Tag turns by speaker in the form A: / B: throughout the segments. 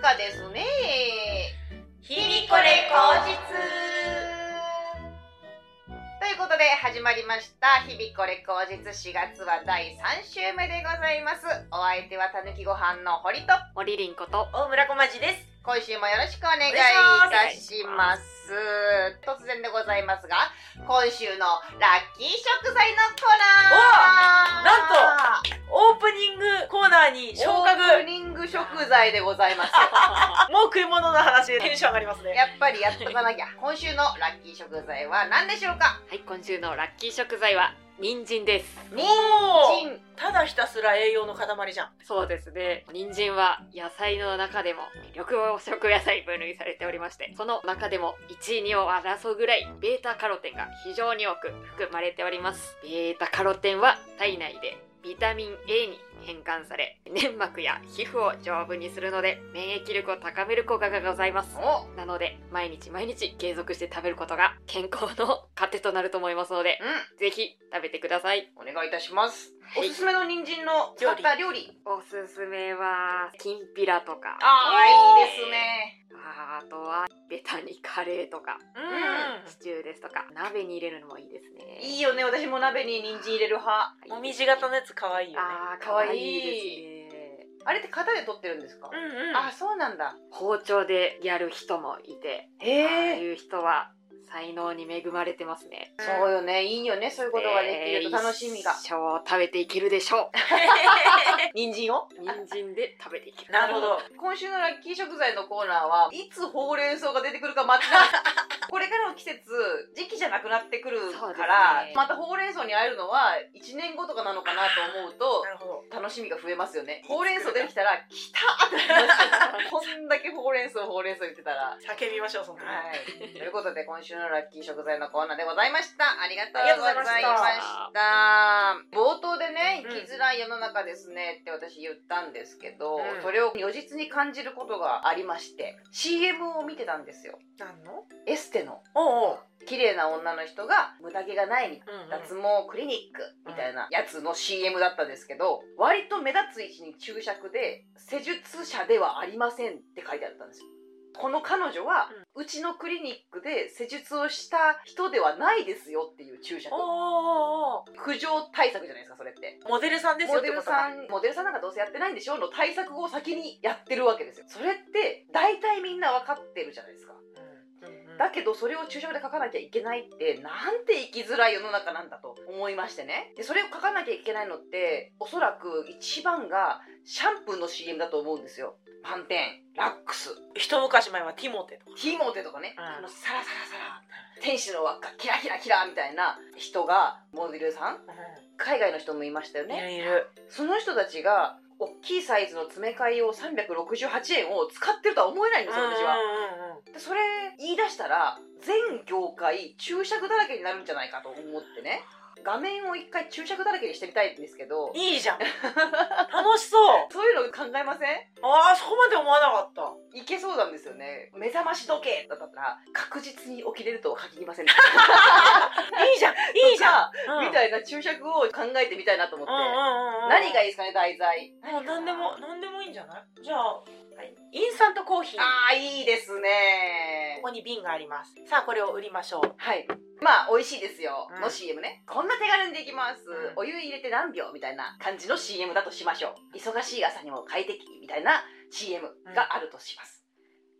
A: かですね。
B: 日々これ口実
A: ということで始まりました「日々これ口実」4月は第3週目でございますお相手はたぬきご飯の堀と
C: 森凛子と
B: 大村こまじです
A: 今週もよろしくお願いいたします突然でございますが今週のラッキー食材のコーナー
B: なん
A: と
B: オープニングコーナーに昇格
A: オープニング食材でございます
B: もう食い物の話でテンション上がりますね
A: やっぱりやっとかなきゃ今週のラッキー食材は何でしょうか
C: はい今週のラッキー食材は人参です
A: 人
B: おー
A: 参
B: ただひたすら栄養の塊じゃん
C: そうですね人参は野菜の中でも緑黄色野菜分類されておりましてその中でも1位2位を争うぐらいベータカロテンが非常に多く含まれておりますベータカロテンは体内でビタミン A に変換され粘膜や皮膚を丈夫にするので免疫力を高める効果がございます
A: お
C: なので毎日毎日継続して食べることが健康の糧となると思いますので
A: う
C: ぜひ食べてください。
A: んお願いいたします、
C: はい
A: おすすめの人参の使った料理
C: おすすめは、きんぴらとか、あ
A: あ
B: おー
A: ーいいですね
C: あとは、ベタにカレーとか、
B: うん
C: シチューですとか、鍋に入れるのもいいですね。
A: いいよね私も鍋に人参入れる派
B: もみじ型のやつ可愛いよね
C: ああ、か
A: かわ
C: わ
A: いい
C: いいですね。
A: あれって型で取ってるんですか、
B: うんうん
A: あそうなんだ
C: 包丁でやる人もいて、ああ
A: へえ
C: いう人は才能に恵まれてますね。
A: そうよねいいよねそういうことができると楽しみが、
C: えー一生食べていけるでしょう。
A: 人参を
C: 人参で食べていけ る。
B: なるほど
A: 今週のラッキー食材のコーナーはいつほうれん草が出てくるか待ちな がらこれからの季節時期じゃなくなってくる
C: そうです
A: か
C: ね
A: ら、またほうれん草に会えるのは1年後とかなのかなと思うと
B: なるほど
A: 楽しみが増えますよねほうれん草出てきたら「来た!」ってなり ますよこんだけほうれん草ほうれん草言ってたら
B: 叫びましょうその時
A: はい、ということで今週のラッキー食材のコーナーでございましたありがとう
B: ありがとう
A: ご
B: ご
A: ざ
B: ざ
A: い
B: い
A: ま
B: ま
A: した
B: した
A: 冒頭でね
B: うん
A: 生きづらい世の中ですねって私言ったんですけど、
B: うん
A: それを如実に感じることがありまして CM を見てたんですよ
B: なんの
A: エステの
B: おうおう
A: 綺麗な女の人が無駄毛がないみたいな
B: うんうん
A: 脱毛クリニックみたいなやつの CM だったんですけど割と目立つ位置に注釈で「施術者ではありません」って書いてあったんですよこの彼女は、うちのクリニックで施術をした人ではないですよっていう注釈
B: おうおうおう
A: 苦情対策じゃないですかそれって
B: モデルさんですよ
A: モ
B: って
A: デ
B: こ
A: ル
B: とか
A: さんモデルさんなんかどうせやってないんでしょの対策を先にやってるわけですよそれって大体みんな分かってるじゃないですか
B: うんうん
A: だけどそれを注釈で書かなきゃいけないってなんて生きづらい世の中なんだと思いましてねでそれを書かなきゃいけないのっておそらく一番がシャンプーの CM だと思うんですよパンテンラックス
B: 一昔前はティモテとか
A: ティモテとかね、
B: うん
A: あのサラサラサラ天使の輪っかキラキラキラみたいな人がモデルさん海外の人もいましたよ
B: いる
A: ね
B: いる
A: その人たちが大きいサイズの詰め替え用368円を使ってるとは思えないんですよ私は。
B: うんうんうんうん
A: でそれ言い出したら全業界注釈だらけになるんじゃないかと思ってね画面を一回注釈だらけにしてみたいんですけど
B: い いじゃん楽しそう
A: そういうの考えません
B: ああそこまで思わなかった
A: いけそうなんですよね目覚まし時計だったら確実に起きれるとは限り ませんい
B: いい じゃんいいじゃ
A: ん、
B: ん、
A: みたいな注釈を考えてみたいなと思って、何
B: 何
A: がいいですかね題材
B: もう何でも何でもいいんじゃないじゃあインスタントコーヒーこ
A: ああいいですね
B: こに瓶がありますさあこれを売りましょう
A: はいまあ美味しいですよ、
B: うん
A: の CM ねこんな手軽にできます、
B: うん
A: お湯入れて何秒みたいな感じの CM だとしましょう忙しい朝にも快適みたいな CM があるとします、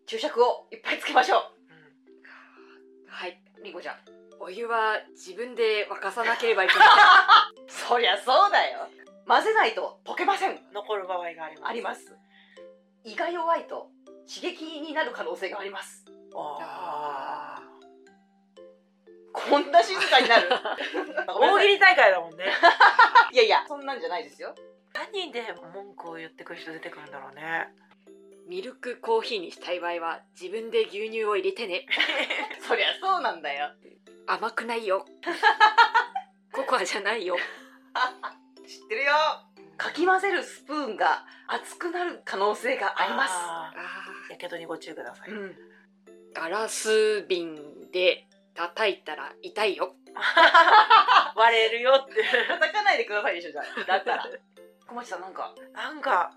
A: 注釈をいっぱいつけましょ
C: はい。
A: うりんごちゃん
C: お湯は自分で沸かさなければいけない。
A: そりゃそうだよ混ぜないと溶けません
B: 残る場合があります
A: あります胃が弱いと刺激になる可能性があります
B: あー
A: こん な静かにな るごめんなさ
B: 大喜
A: い
B: 利大会だもんね
A: いやいやそんなんじゃないですよ
B: 何で文句を言ってくる人出てくるんだろうね
C: ミルクコーヒーにしたい場合は自分で牛乳を入れてね
A: そりゃそうなんだよ
C: 甘くないよココアじゃないよ
A: 知ってるよかき混ぜるスプーンが熱くなる可能性があります
B: あ
C: あ
B: ーやけどにご注意ください、
A: うん
C: ーガラス瓶で叩いたら痛い よ
B: 割れるよって
A: 叩かないでくださいでしょじゃあだったら小町さんなんか
B: なんか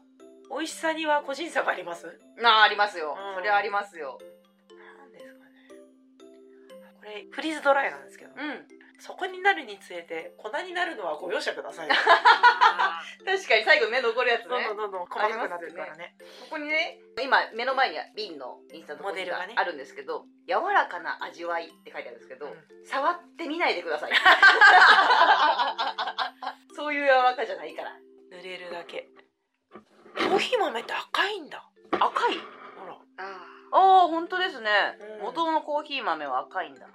B: 美味しさには個人差があります
A: なあありますよ、
B: うん
A: それはありますよ
B: なんですかねこれフリーズドライなんですけど、
A: うん
B: そこになるにつれて粉になるのはご容赦ください
C: あ
A: 確かに最後目残るやつね
B: どんどんどんどん細かくなってるからね
A: ここにね今目の前には瓶のインスタントコーヒーが
B: モデルがね
A: あるんですけど、柔らかな味わいって書いてあるんですけど、
B: う
A: 触ってみないでください そういう柔らかじゃないから
B: ん濡れるだけコーヒー豆って赤いんだ
A: 赤い
B: ほら
C: あ
A: ああ本当ですね、
B: うん
A: 元のコーヒー豆は赤いんだ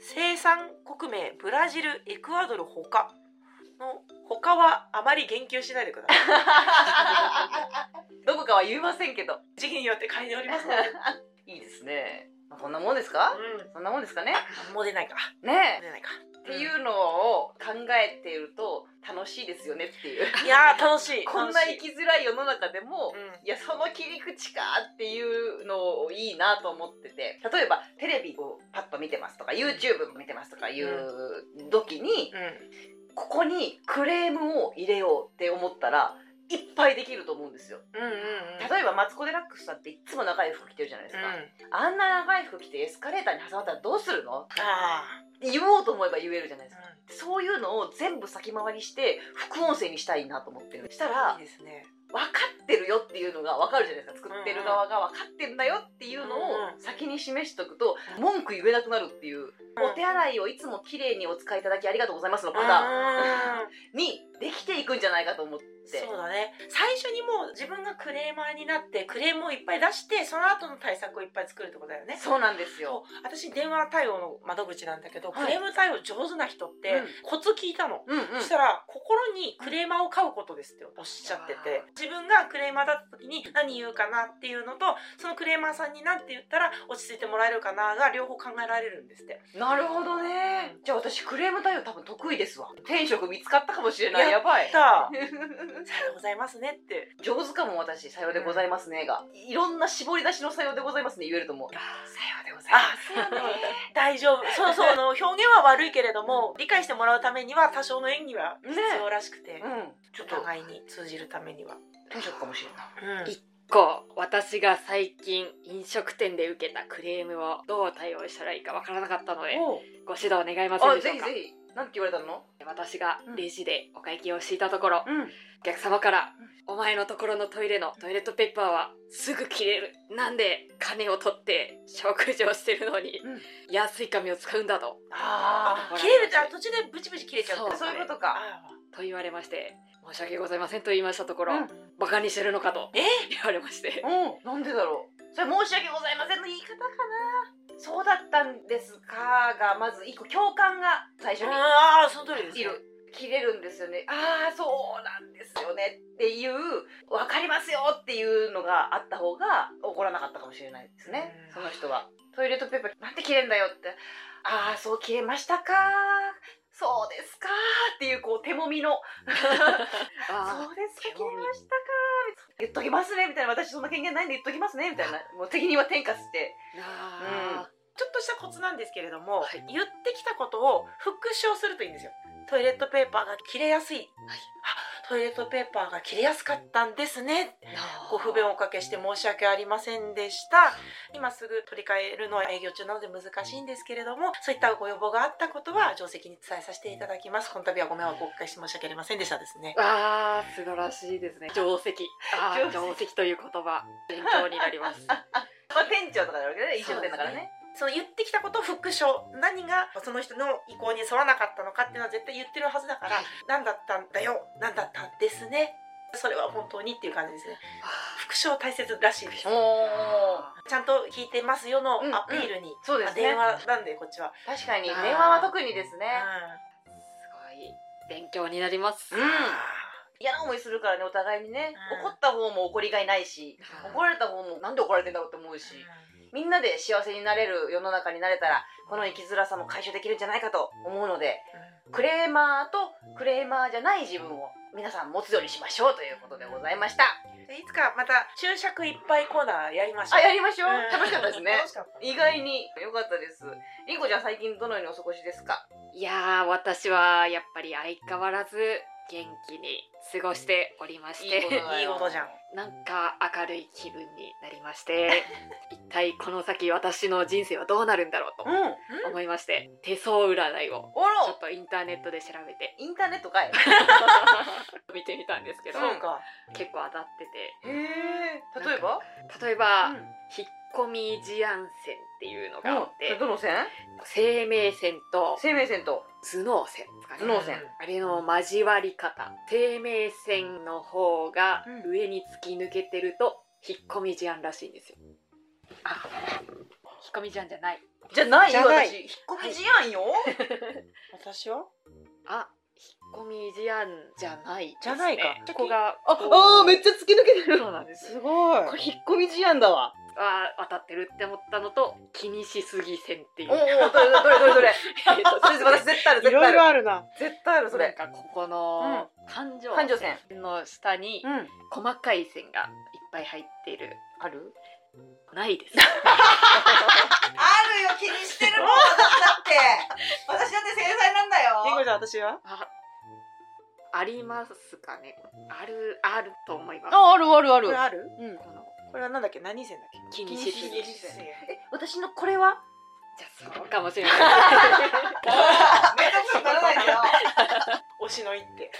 B: 生産国名ブラジルエクアドル他の他はあまり言及しないでくださ い
A: どこかは言いませんけど
B: 時期によって変えております ので、
A: いいですね、まあ、こんなもんですかそんなもんですかね
B: うん、もう出ないか
A: ね
B: もう出ないか
A: えっていうのを考えていると楽しいですよねっていう
B: いやー楽しい
A: こんな
B: 楽し
A: 生
B: い
A: きづらい世の中でも、
B: うん
A: いやその切り口かっていうのをいいなと思ってて例えばテレビをパッと見てますとか YouTube 見てますとかいう時に、
B: うん
A: ここにクレームを入れようって思ったらいっぱいできると思うんですよ
B: うんうんうん
A: 例えばマツコ・デラックスさんっていっつも長い服着てるじゃないですか、あんな長い服着てエスカレーターに挟まったらどうするの
B: うんあ
A: 言おうと思えば言えるじゃないですか
B: あ、
A: そういうのを全部先回りして副音声にしたいなと思ってるしたら
B: いいですね
A: 分かってるよっていうのが分かるじゃないですか作ってる側が分かってんだよっていうの
B: うんう
A: を先に示しとくと文句言えなくなるっていう、お手洗いをいつも綺麗にお使いいただきありがとうございますのパター
B: うん
A: ンにできていくんじゃないかと思って
B: そうだね最初にもう自分がクレーマーになってクレームをいっぱい出してその後の対策をいっぱい作るってことだよね
A: そうなんですよ、
B: そう私電話対応の窓口なんだけど、
A: はい
B: クレーム対応上手な人って、コツ聞いたの、
A: うんうん、
B: そしたら心にクレーマーを飼うことですっておっしゃってて自分がクレーマーだった時に何言うかなっていうのとそのクレーマーさんに何て言ったら落ち着いてもらえるかなが両方考えられるんですって
A: なるほどねじゃあ私クレーム対応多分得意ですわ転職見つかったかもしれないや
B: や
A: ばい
B: さあさようございますねって
A: 上手かも私「さようでございますね」がいろんな絞り出しの「さようでございますね」言えると思う「さようでございます
C: あそうね
B: 大丈夫そうそうあの表現は悪いけれども理解してもらうためには多少の演技は必要らしくて、」
A: うんちょ
B: お
A: っと
B: 互いに通じるためには、
A: 転職かもしれんない
B: うん
C: こう私が最近飲食店で受けたクレームをどう対応したらいいかわからなかったので
A: おう
C: ご指導願いません
A: あ
C: でし
A: ぜ
C: ょう
A: ひ
C: か
A: ぜひなんて言われたの
C: 私がレジでお会計をしていたところ、
A: うん
C: お客様から「お前のところのトイレのトイレットペーパーはすぐ切れるなんで金を取って食事をしてるのに、
A: うん
C: 安い紙を使うんだ」と
A: あ
B: あ切れるってあ途中でブチブチ切れちゃうって
A: そういうことか
B: あ
C: と言われまして「申し訳ございません」と言いましたところ
A: う
C: 「
B: ー
C: バカにしてるのか」と
B: え
C: 言われまして
A: うんなんでだろうそれ申し訳ございませんの言い方かなそうだったんですかがまず一個共感が最初に
B: あーその通りです
A: い
B: ね
A: る切れるんですよねああそうなんですよねっていう分かりますよっていうのがあった方が怒らなかったかもしれないですね
B: うん
A: その人はトイレットペーパーなんて切れんだよってああそう切れましたかそうですかっていうこう手もみの
C: あ
A: そうですか
C: 手
A: 切
C: も
A: れ
C: み
A: ましたか言っときますねみたいな私そんな権限ないんで言っときますねみたいなもう責任は転嫁して
C: ーあ
B: ちょっとしたコツなんですけれども、
C: はい
B: 言ってきたことを復唱するといいんですよトイレットペーパーが切れやすい、あトイレットペーパーが切れやすかったんですね
C: ーなあ
B: ご不便をおかけして申し訳ありませんでした今すぐ取り替えるのは営業中なので難しいんですけれどもそういったご要望があったことは定石に伝えさせていただきますこの度はご迷惑をおかけして申し訳ありませんでしたですね
C: あー素晴らしいですね定石あー
A: 定
C: 定石という言葉勉強になります
A: まあ店長とかだろうけどね一応店だからね
B: その言ってきたことを復唱何がその人の意向に沿わなかったのかっていうのは絶対言ってるはずだから何だったんだよ何だったんですねそれは本当にっていう感じですね復唱大切らしいで す
A: おー
B: ちゃんと聞いてますよのアピールに、
A: そうです
B: あ
A: ね
B: 電話なんでこっちは、
A: 確かに
C: あー
A: 電話は特にですね
C: すごい勉強になります
A: うん嫌な思いするからねお互いにね、
B: うん
A: 怒った方も怒りがいないし
C: うん
A: 怒られた方もなんで怒られてんだろうって思うしみんなで幸せになれる世の中になれたらこの生きづらさも解消できるんじゃないかと思うのでクレーマーとクレーマーじゃない自分を皆さん持つようにしましょうということでございました
B: でいつかまた注釈いっぱいコーナーやりましょう
A: あやりましょう
B: うん
A: 楽しかったですね
B: 楽しかった
A: 意外に良かったですりんこちゃん最近どのようにお過ごしですか
C: いやー私はやっぱり相変わらず元気に過ごしておりまして
A: いいことだよ
B: いいことじゃん
C: なんか明るい気分になりまして一体この先私の人生はどうなるんだろう
A: うんあら
C: と思いまして手相占いをちょっとインターネットで調 べて
A: インターネットかい
C: 見てみたんですけど、
B: そうか
C: 結構当たってて
A: へえ例えば
C: 例えば、
A: うん
C: 引っ込み思案線っていうのがあっ
A: それ
C: て
A: どの線
C: 生命線と
A: 生命線と
C: 頭脳線ですかね
A: 頭脳線
C: あれの交わり方生命線の方が
A: うん
C: 上に突き抜けてると引っ込み思案らしいんですよあ引っ込み思案じゃない
A: じゃない
B: じ
A: よ
B: ゃない
A: 私引っ込み思案よ、
B: 私は
C: あ引っ込み思案じゃないです、ね、
B: じゃないか
C: ここが
A: ああめっちゃ突き抜けてる
C: そうなんです
B: すごい
A: これ引っ込み思案だわ
C: あー当たってるって思ったのと気にしすぎ線っていう
A: おおどれどれどれ どれ
C: えっ
A: そ
C: と
A: れ私絶対ある
B: い
A: 絶対
B: ろ
A: あ
B: い
A: る
B: ろあるな
A: 絶対あるそ
C: なん
A: れ
C: かここの感情
A: 感情線
C: の下に
A: うん
C: 細かい線がいっぱい入っている
A: ある
C: ないです
A: あるよ気にしてるもん私だって私だって繊細なんだ
B: りんごちゃん私は
C: あありますかねあるあると思います
A: ああるあるあ
B: こ
A: る
B: れある
A: うん
C: この
B: これはなんだっけ何線だっけ
C: 気にしすぎ
A: 気に
C: じ
A: しえ私のこれは
C: ゃあそうかもしれない
A: めちゃくちゃならないけど
B: 推しの一手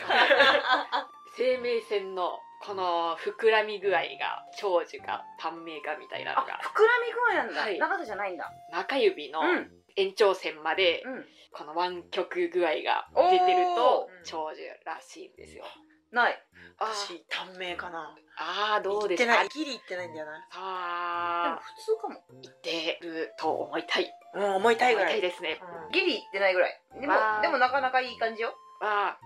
C: 生命線のこの膨らみ具合が長寿か短命かみたいな
A: あ
C: のが
A: 膨らみ具合なんだ、
C: はい
A: 長さじゃないんだ
C: 中指の
A: うん
C: 延長線まで
A: うん
C: この湾曲具合が出てる
B: お
C: と
B: ー
C: 長寿らしいんですよ
A: ない
C: あ
B: 私短命かな
C: あーどう
B: 行っ
C: です
B: て
C: か
B: な
C: あ
B: いギリ行ってないんだよな
A: でも
C: あ
A: 普通かも
C: 言ってると思いたい
B: うん思いたいぐ
C: 思
B: ら
C: いたい
B: い
C: ですね
B: うん
A: ギリいってないぐらいでも
C: わー
A: でもなかなかいい感じよ
C: あ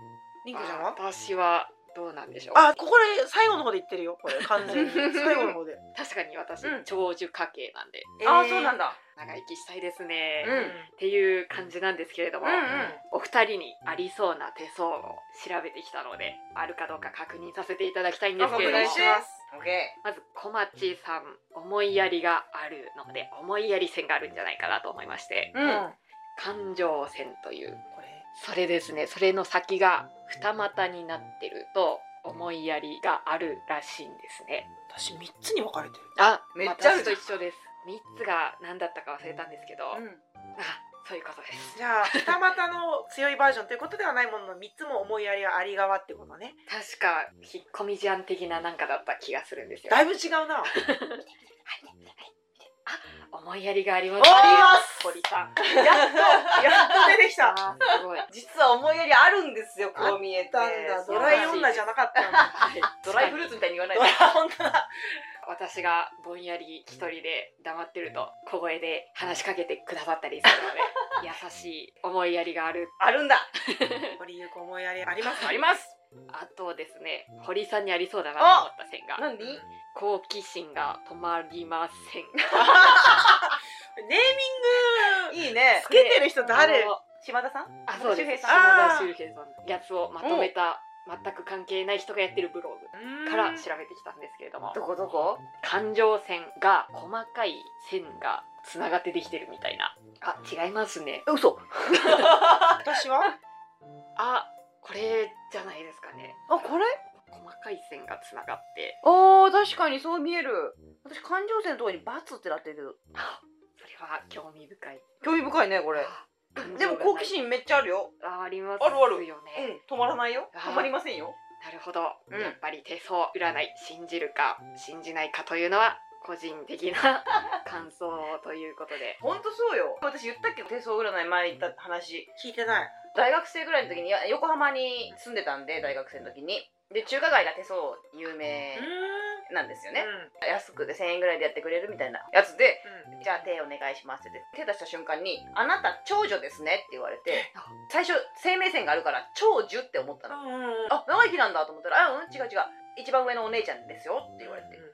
C: ー
B: りんごちゃんは
C: 私はどうなんでしょう
B: あここで最後の方で言ってるよこれ完全に最後の方で
C: 確かに私、
A: うん
C: 長寿家系なんで
A: ああそうなんだ
C: 長生きしたいですね、
A: うん
C: っていう感じなんですけれども、
A: うん
C: お二人にありそうな手相を調べてきたのであるかどうか確認させていただきたいんですけれど
B: あ
C: も
B: お願いします
A: オッケ
C: まず小町さん思いやりがあるので思いやり線があるんじゃないかなと思いまして
A: ー
B: う
A: うんん、
C: 感情線という
B: これ
C: それですねそれの先が二股になってると思いやりがあるらしいんですね
B: 私三つに分かれてる
C: あ
A: めっちゃある
C: 私と一緒です3つが何だったか忘れたんですけど、
A: うん
C: あそういうことです
B: じゃあ二股の強いバージョンということではないものの三つも思いやりはあり側ってことね
C: 確か引っ込み思案的ななんかだった気がするんですよ
B: だいぶ違うな
C: あ思いやりがあります
A: おー
C: ありま
A: あ
C: 堀さん
B: やっと出てきた
C: あーすごい
A: 実は思いやりあるんですよこう見えて
B: なんだ
A: そ
B: ド
A: う
B: ライ女じゃなかったんだ
A: ドライフルーツみたいに言わないで
B: 本当だ
C: 私がぼんやり一人で黙ってると小声で話しかけてくださったりするの で優しい思いやりがある
A: あるんだ
B: 堀ゆう子思いやりあります
A: あります
C: あとですね堀さんにありそうだなと思った線が
A: 何
C: 好奇心が止まりません
B: ネーミング
A: いいね
B: つけてる人誰
C: あの
A: 島田さん
C: あそうです
A: 周平さん
C: 島田周平さんのやつをまとめた全く関係ない人がやってるブログから調べてきたんですけれども
A: どこどこ
C: 感情線が細かい線がつながってできてるみたいなあ違いますね
A: え嘘
B: 私は
C: あこれじゃないですかね
A: あこれ
C: 細かい線がつながって
A: あー確かにそう見える私感情線のところにバツってなってるけど
C: あそれは興味深い
A: 興味深いねこれ
C: あ
A: でも好奇心めっちゃあるよ
C: ああります
A: あるある
C: よね、
A: うん止まらないよ
C: あー
A: 止まりませんよ
C: なるほど、
A: うん
C: やっぱり手相占い信じるか信じないかというのは個人 的な感想ということで
A: ほんとそうよ私言ったっけ手相占い前に言った話
B: 聞いてない
A: 大学生ぐらいの時にいや横浜に住んでたんで大学生の時にで中華街が手相有名
B: う
A: なんですよ
B: ん
A: ね、安くて1000円ぐらいでやってくれるみたいなやつでじゃあ手お願いしますって手出した瞬間に「あなた長女ですね」って言われて
C: あ
A: 最初生命線があるから長寿って思ったの
B: うんうん
A: あ長生きなんだと思ったら「あうん違う違う一番上のお姉ちゃんですよ」って言われて「
B: うん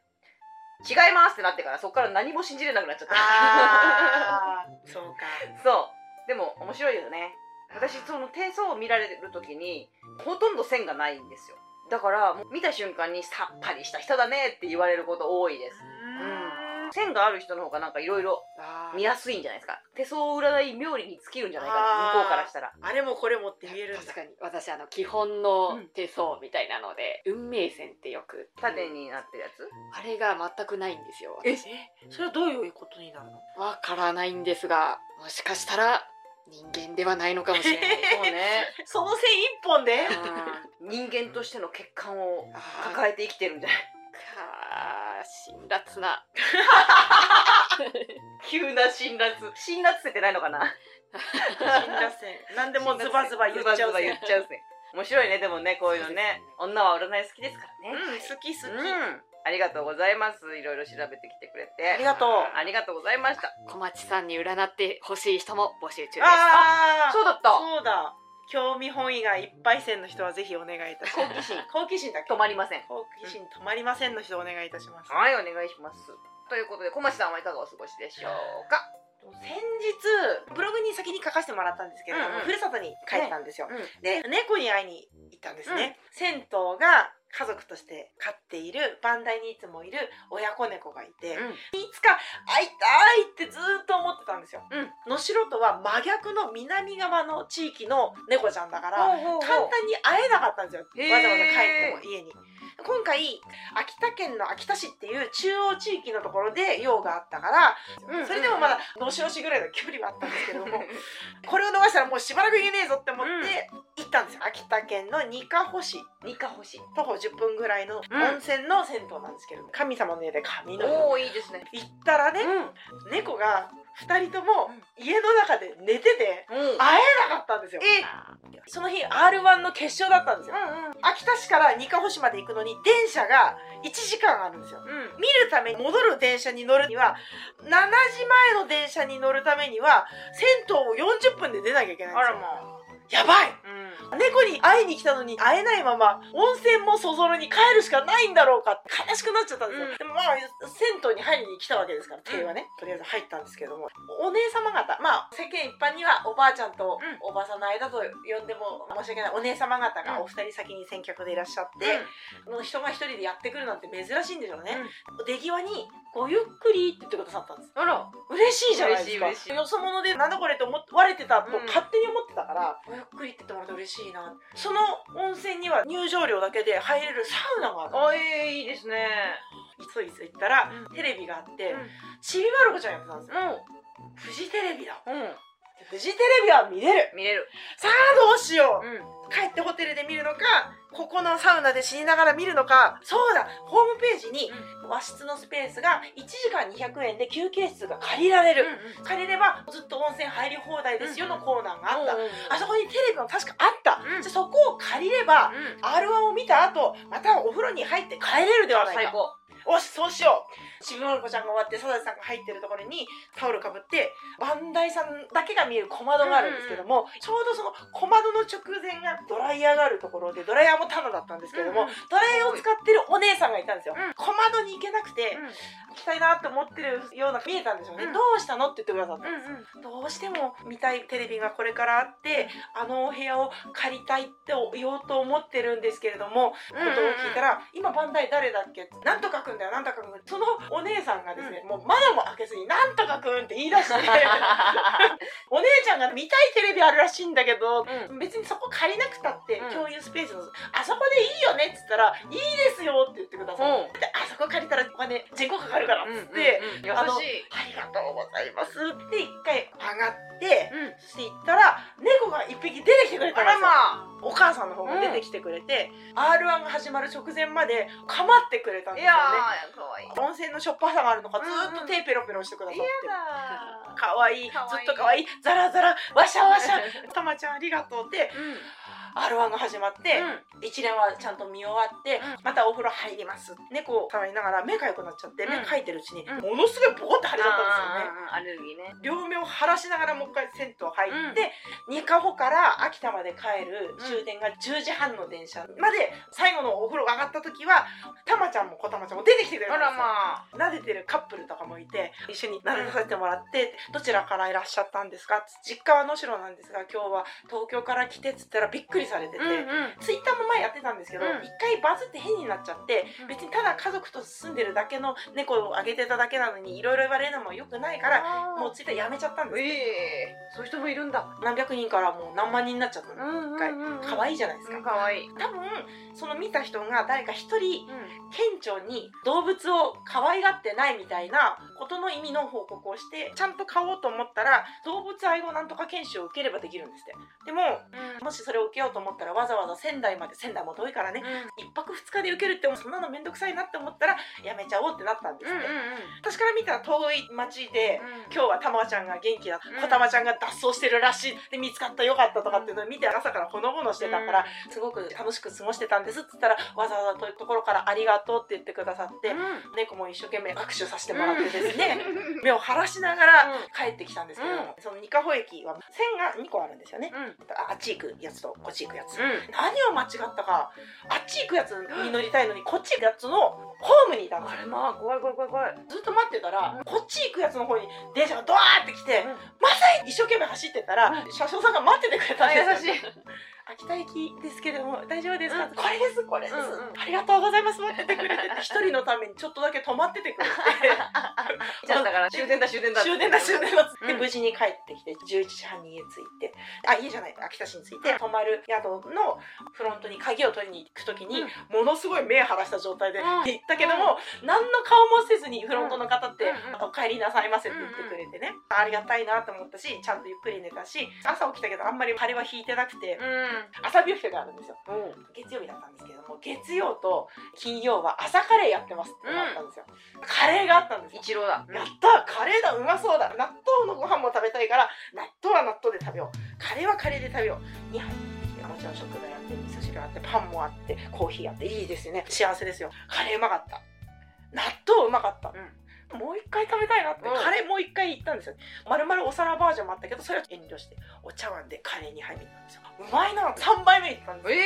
A: 違います」ってなってからそこから何も信じれなくなっちゃった
B: ああ そうか
A: そうでも面白いよね私その低層を見られる時にほとんど線がないんですよだからもう見た瞬間にさっぱりした人だねって言われること多いです
B: うん
A: 線がある人の方がなんかいろいろ
C: あ
A: 見やすいんじゃないですか手相占い妙利に尽きるんじゃないかな
B: あー
A: 向こうからしたら
B: あれもこれもって見えるんだ
C: 確かに私あの基本の手相みたいなので、運命線ってよく
A: 縦になってるやつ
C: あれが全くないんですよ
A: え
B: えそれはどういうことになるの
C: わからないんですがもしかしたら人間ではないのかもしれない
A: そう ね
B: その線一本で
C: あ
A: 人間としての欠陥を
C: ーあー
A: 抱えて生きてる んじゃない
C: か辛辣な
A: 急な辛辣辛辣せてないのかな
B: 辛辣線 何でもズバズバ言っちゃう
A: ズバズバ言
B: 線
A: っちゃうね面白いねでもねこういうのね
C: そう
A: 女は占い好きですから
B: う
A: ね
B: ん好き好き、
A: うんありがとうございますいろいろ調べてきてくれ
B: あり
A: て
B: がとう
A: ありがとうございました
C: 小町さんに占ってほしい人も募集中です
B: ああ
A: そうだった
B: そうだ興味本位がいっぱい線の人はぜひお願いいたしま
A: 好
B: す
A: 奇心
B: 好奇心だっけ
A: 止まりません
B: 好奇心止まりませんの人お願いいたします、
A: はい、お願いします。ということで、小町さんはいかがお過ごしでしょうか。
B: 先日ブログに先に書かせてもらったんですけれども、
A: うんうん
B: ふるさとに帰ったんですよ、
A: うん
B: で猫に会いに行ったんですね、銭湯が家族として飼っている番台にいつもいる親子猫がいて、会いたいってずーっと思ってたんですよ、
A: う
B: のしろとは真逆の南側の地域の猫ちゃんだから
A: ほうほうほう
B: 簡単に会えなかったんですよわざ
A: へー
B: わざ帰っても家に今回秋田県の秋田市っていう中央地域のところで用があったから、
A: うん
B: それでもまだ能代市ぐらいの距離はあったんですけれ どもこれを逃したらもうしばらく行けねえぞって思って行ったんですよ秋田県のにかほ市
A: ニカ星。
B: 徒歩10分ぐらいの温泉の銭湯なんですけれども、神様の家で神の湯
A: おお、いいですね。
B: 行ったらね、
A: ん。
B: 猫が2人とも家の中で寝てて
A: うん。
B: 会えなかったんですよ
A: え、
B: その日 r 1の決勝だったんですよ秋田市から二カ星まで行くのに電車が1時間あるんですよ
A: うん、うん、うん。
B: 見るために戻る電車に乗るには7時前の電車に乗るためには銭湯を40分で出なきゃいけないん
A: あ
B: です
A: ら
B: よ
A: ま
B: やばい
A: あ。うん。
B: 猫に会いに来たのに会えないまま温泉もそぞろに帰るしかないんだろうかって悲しくなっちゃったんですよ、
A: うん
B: でもまあ銭湯に入りに来たわけですから手はね、とりあえず入ったんですけどもお姉様方まあ世間一般にはおばあちゃんと
A: うん
B: おばさんの間と呼んでも申し訳ないお姉様方がお二人先に先客でいらっしゃって、もう人が一人でやってくるなんて珍しいんでしょうね、出際に「ごゆっくり」って言ってくださったんです
A: うん、あら、
B: 嬉しいじゃないですか
A: 嬉しい嬉しい
B: よそ者でなんだこれって思われてたと
A: うん
B: 勝手に思ってたから、ゆっくりって言ってもらって嬉しいなその温泉には入場料だけで入れるサウナがある
A: あ、えー、いいですね。
B: 急いつ行ったら、
A: う
B: テレビがあって、
A: うん
B: ちびまる子ちゃんやってたんですよ
A: う
B: フジテレビだ
A: ん、うん、
B: フジテレビは見れる
A: 見れる。
B: さあどうしよう、
A: ん、
B: 帰ってホテルで見るのかここのサウナで死にながら見るのかそうだホームページに和室のスペースが1時間200円で休憩室が借りられる、
A: う
B: 借りればずっと温泉入り放題ですよのコーナーがあった、
A: うん
B: あそこにテレビも確かあった、
A: うん
B: じゃあそこを借りれ
A: う
B: ば
A: ん、うん。
B: r 1を見た後またお風呂に入って帰れるではない
A: 最
B: か
A: 高。
B: おしそうしようちびまる子ちゃんが終わってサザエさんが入ってるところにタオルかぶって番台さんだけが見える小窓があるんですけども、ちょうどその小窓の直前がドライヤーがあるところでドライヤーもタダだったんですけども、
A: うんうん
B: ドライヤーを使ってるお姉さんがいたんですよ、
A: うん
B: 小窓に行けなくて、行きたいなって思ってるような見えたんでしょうね、
A: うん
B: どうしたのって言ってくださったんですよ、どうしても見たいテレビがこれからあってあのお部屋を借りたいって言おうと思ってるんですけれども、
A: うんうん
B: ことを聞いたら「今バンダイ誰だっけ?」なんとかくんだよなんとかくん」そのお姉さんがですね、もう窓も開けずに「なんとかくん」って言い出 してお姉ちゃんが見たいテレビあるらしいんだけど
A: う
B: 別にそこ借りなくたって
A: うん
B: 共有スペースの、あそこでいいよねっつったら「いいですよ」って言ってくださって、
A: う
B: であそこ借りたらお金人口かかるからっ
A: ん、う
B: つっ
A: ん、
B: て。
A: うん、優
B: あの
A: しい。
B: ありがとうございますで一回上がって
A: うん、
B: そして行ったら猫が一匹出てきてくれた
A: あ
B: ん
A: ら
B: ですよ、
A: ま
B: お母さんの方が出てきてくれて、r 1が始まる直前まで構ってくれたん
A: あ。
B: で
A: い
B: すよ
A: や
B: ね
A: ー、可愛い。
B: 温泉のしょっぱさがあるのか
A: うん
B: ず
A: うん
B: ーっと手ペロペロしてくださって
A: 嫌だ
B: かわいいず
A: かわいい
B: っとかわいいザラザラワシャ ワシャたまちゃんありがとうって
A: ー。うん、
B: r 1が始まって、一連はちゃんと見終わって、
A: うん
B: またお風呂入ります猫を触りながら目が良くなっちゃって、
A: うん
B: 目かいてるうちに、
A: うん
B: ものすごいボコって腫
A: あ
B: れちゃったんですよね
A: ーアレルギーね。
B: 両目を晴らしながらもう一回銭湯入って、二カホから秋田まで帰る終電が10時半の電車まで最後のお風呂上がった時はたまちゃんもこたまちゃんも出てきてくれた
A: あ
B: んです
A: ら
B: よ、
A: まあ。
B: 撫でてるカップルとかもいて一緒に撫でさせてもらって、どちらからいらっしゃったんですか実家は能代なんですが今日は東京から来てっつったらびっくりされてて、
A: うん、うん。
B: ツイッターも前やってたんですけど、
C: うん
B: 一回バズって変になっちゃって別にただ家族と住んでるだけの猫をあげてただけなのにいろいろ言われるのもよくないから
A: ら
B: もうツイッターやめちゃったんです
A: ええそういう人もいるんだ。
B: 何百人からもう何万人になっちゃったの
A: ん
B: 一回可愛いじゃないですか、
A: 可愛いい。
B: 多分その見た人が誰か一人
A: うん
B: 顕著に動物を可愛がってないみたいなことの意味の報告をしてちゃんと買おうと思ったら動物愛護なんとか研修を受ければできるんですってでももしそれを受けようと思ったらわざわざ仙台まで仙台も遠いからね1泊2日で受けるってそんなの面倒くさいなって思ったらやめちゃおうってなったんですね、私から見たら遠い町で今日はたまちゃんが元気だ
A: うん
B: こたまちゃんが脱走してるらしいで見つかったよかったとかっていうのを見て朝からほのぼのしてたから、すごく楽しく過ごしてたんですって言ったらわざわざ遠いところからありがとうって言ってくださって、猫も一生懸命握手させてもらってですね、 目を晴らしながら
A: う
B: 帰ってきたんですけども、その二カホ駅は線が2個あるんですよね
A: んうん
B: ああっち行くやつとこっち行くやつ、何を間違ったかあっち行くやつに乗りたいのにこっち行くやつのホームにいたの
A: あれまあ怖い怖い怖い怖い。
B: ずっと待ってたらこっち行くやつの方に電車がドワーって来て一生懸命走ってたら車掌さんが待っててくれたん
A: あ
B: ですよ
A: 優しい。
B: 秋田駅ですけれども大丈夫ですか、
A: うん
B: これですこれです、
A: うんうん
B: ありがとうございます待っててくれてって一人のためにちょっとだけ止まっててくれて
A: じゃあだから終電だ終電だ。
B: 終電だ終電だっつって、
A: うん
B: 無事に帰ってきて11時半に家着いてあ家じゃない秋田市に着いて泊まる宿のフロントに鍵を取りに行く時に、
A: うん
B: ものすごい目晴らした状態で
A: うん
B: 行ったけども、何の顔もせずにフロントの方って
A: うん
B: 「お帰りなさいませ」って言ってくれてね、ありがたいなと思ったしちゃんとゆっくり寝たし朝起きたけどあんまり晴れは引いてなくて、朝ビュッフェがあるんですよ
A: うん。うん。
B: 月曜日だったんですけども月曜と金曜は朝カレーやってますってなったんですよ、カレーがあったんですよ
A: 一郎だ。
B: やったカレーだうまそうだ納豆のご飯も食べたいから納豆は納豆で食べようカレーはカレーで食べよう2杯もちろん食材あって味噌汁あってパンもあってコーヒーあっていいですね幸せですよカレーうまかった納豆うまかった、もう一回食べたいなって、
A: うん
B: カレーもう一回行ったんですよまるまるお皿バージョンもあったけどそれは遠慮してお茶碗でカレー2杯目行ったんですようまいな3杯目行ったんですよ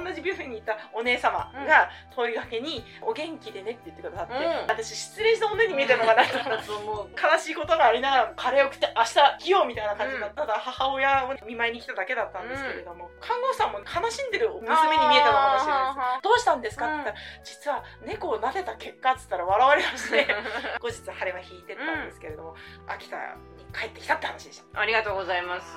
A: え
B: 同じビュッフェにいたお姉様が問いかけに「お元気でね」って言ってくださって、
A: うん
B: 私失礼した女に見えたのかなと思って
A: え。と思う。
B: 悲しいことがありながらもカレーを食って明日来ようみたいな感じだった、ただ母親を見舞いに来ただけだったんですけれども、看護師さんも悲しんでる娘に見えたのかもしれないです
A: い
B: どうしたんですかって言ったら、実は猫を撫でた結果っつったら笑われま して後日晴れは引いてったんですけれども、秋田に帰ってきたって話でした
C: ありがとうございます。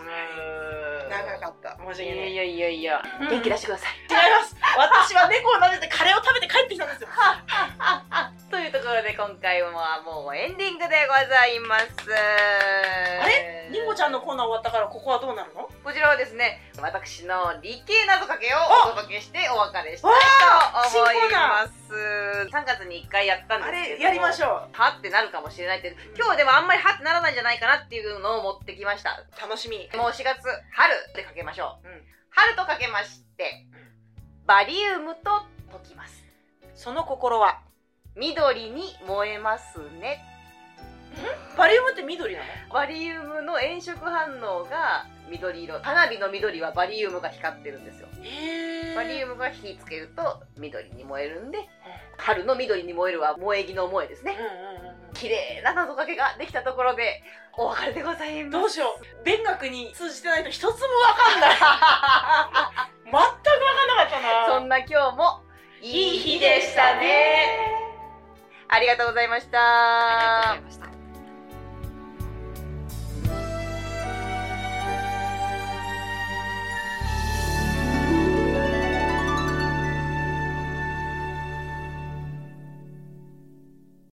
B: 長かった申し
C: い
B: 訳な
C: や
B: い
C: いやいやいや。
A: 元気出してください。
B: 違います私は猫を撫でてカレーを食べて帰ってきたんです よ
A: というところで今回はもうエンディングでございます。あれ
B: りんごちゃんのコーナー終わったからここはどうなるの
A: こちらはですね、私の理系謎かけをお届けしてお別れしたいと思います。3月に1回やったんです
B: あ
A: けど
B: れやりまし
A: ょう。
B: ょ
A: はってなるかもしれないけど、今日でもあんまりはってならないんじゃないかなっていうのを持ってきました。
B: う楽しみ
A: もう4月、春でかけましょう。
B: うん
A: 春とかけまして、バリウムと解きます。
B: その心は
A: 緑に燃えますね。
B: バリウムって緑なの
A: バリウムの炎色反応が緑色花火の緑はバリウムが光ってるんですよ
B: へ
A: バリウムが火つけると緑に燃えるんで春の緑に燃えるは萌え木の萌えですね綺麗な謎かけができたところでお別れでございます
B: どうしよう勉学に通じてないと一つも分かんない全く分かんなかったな
A: そんな今日もいい日でしたねありがとうございました
C: ありがとうございました。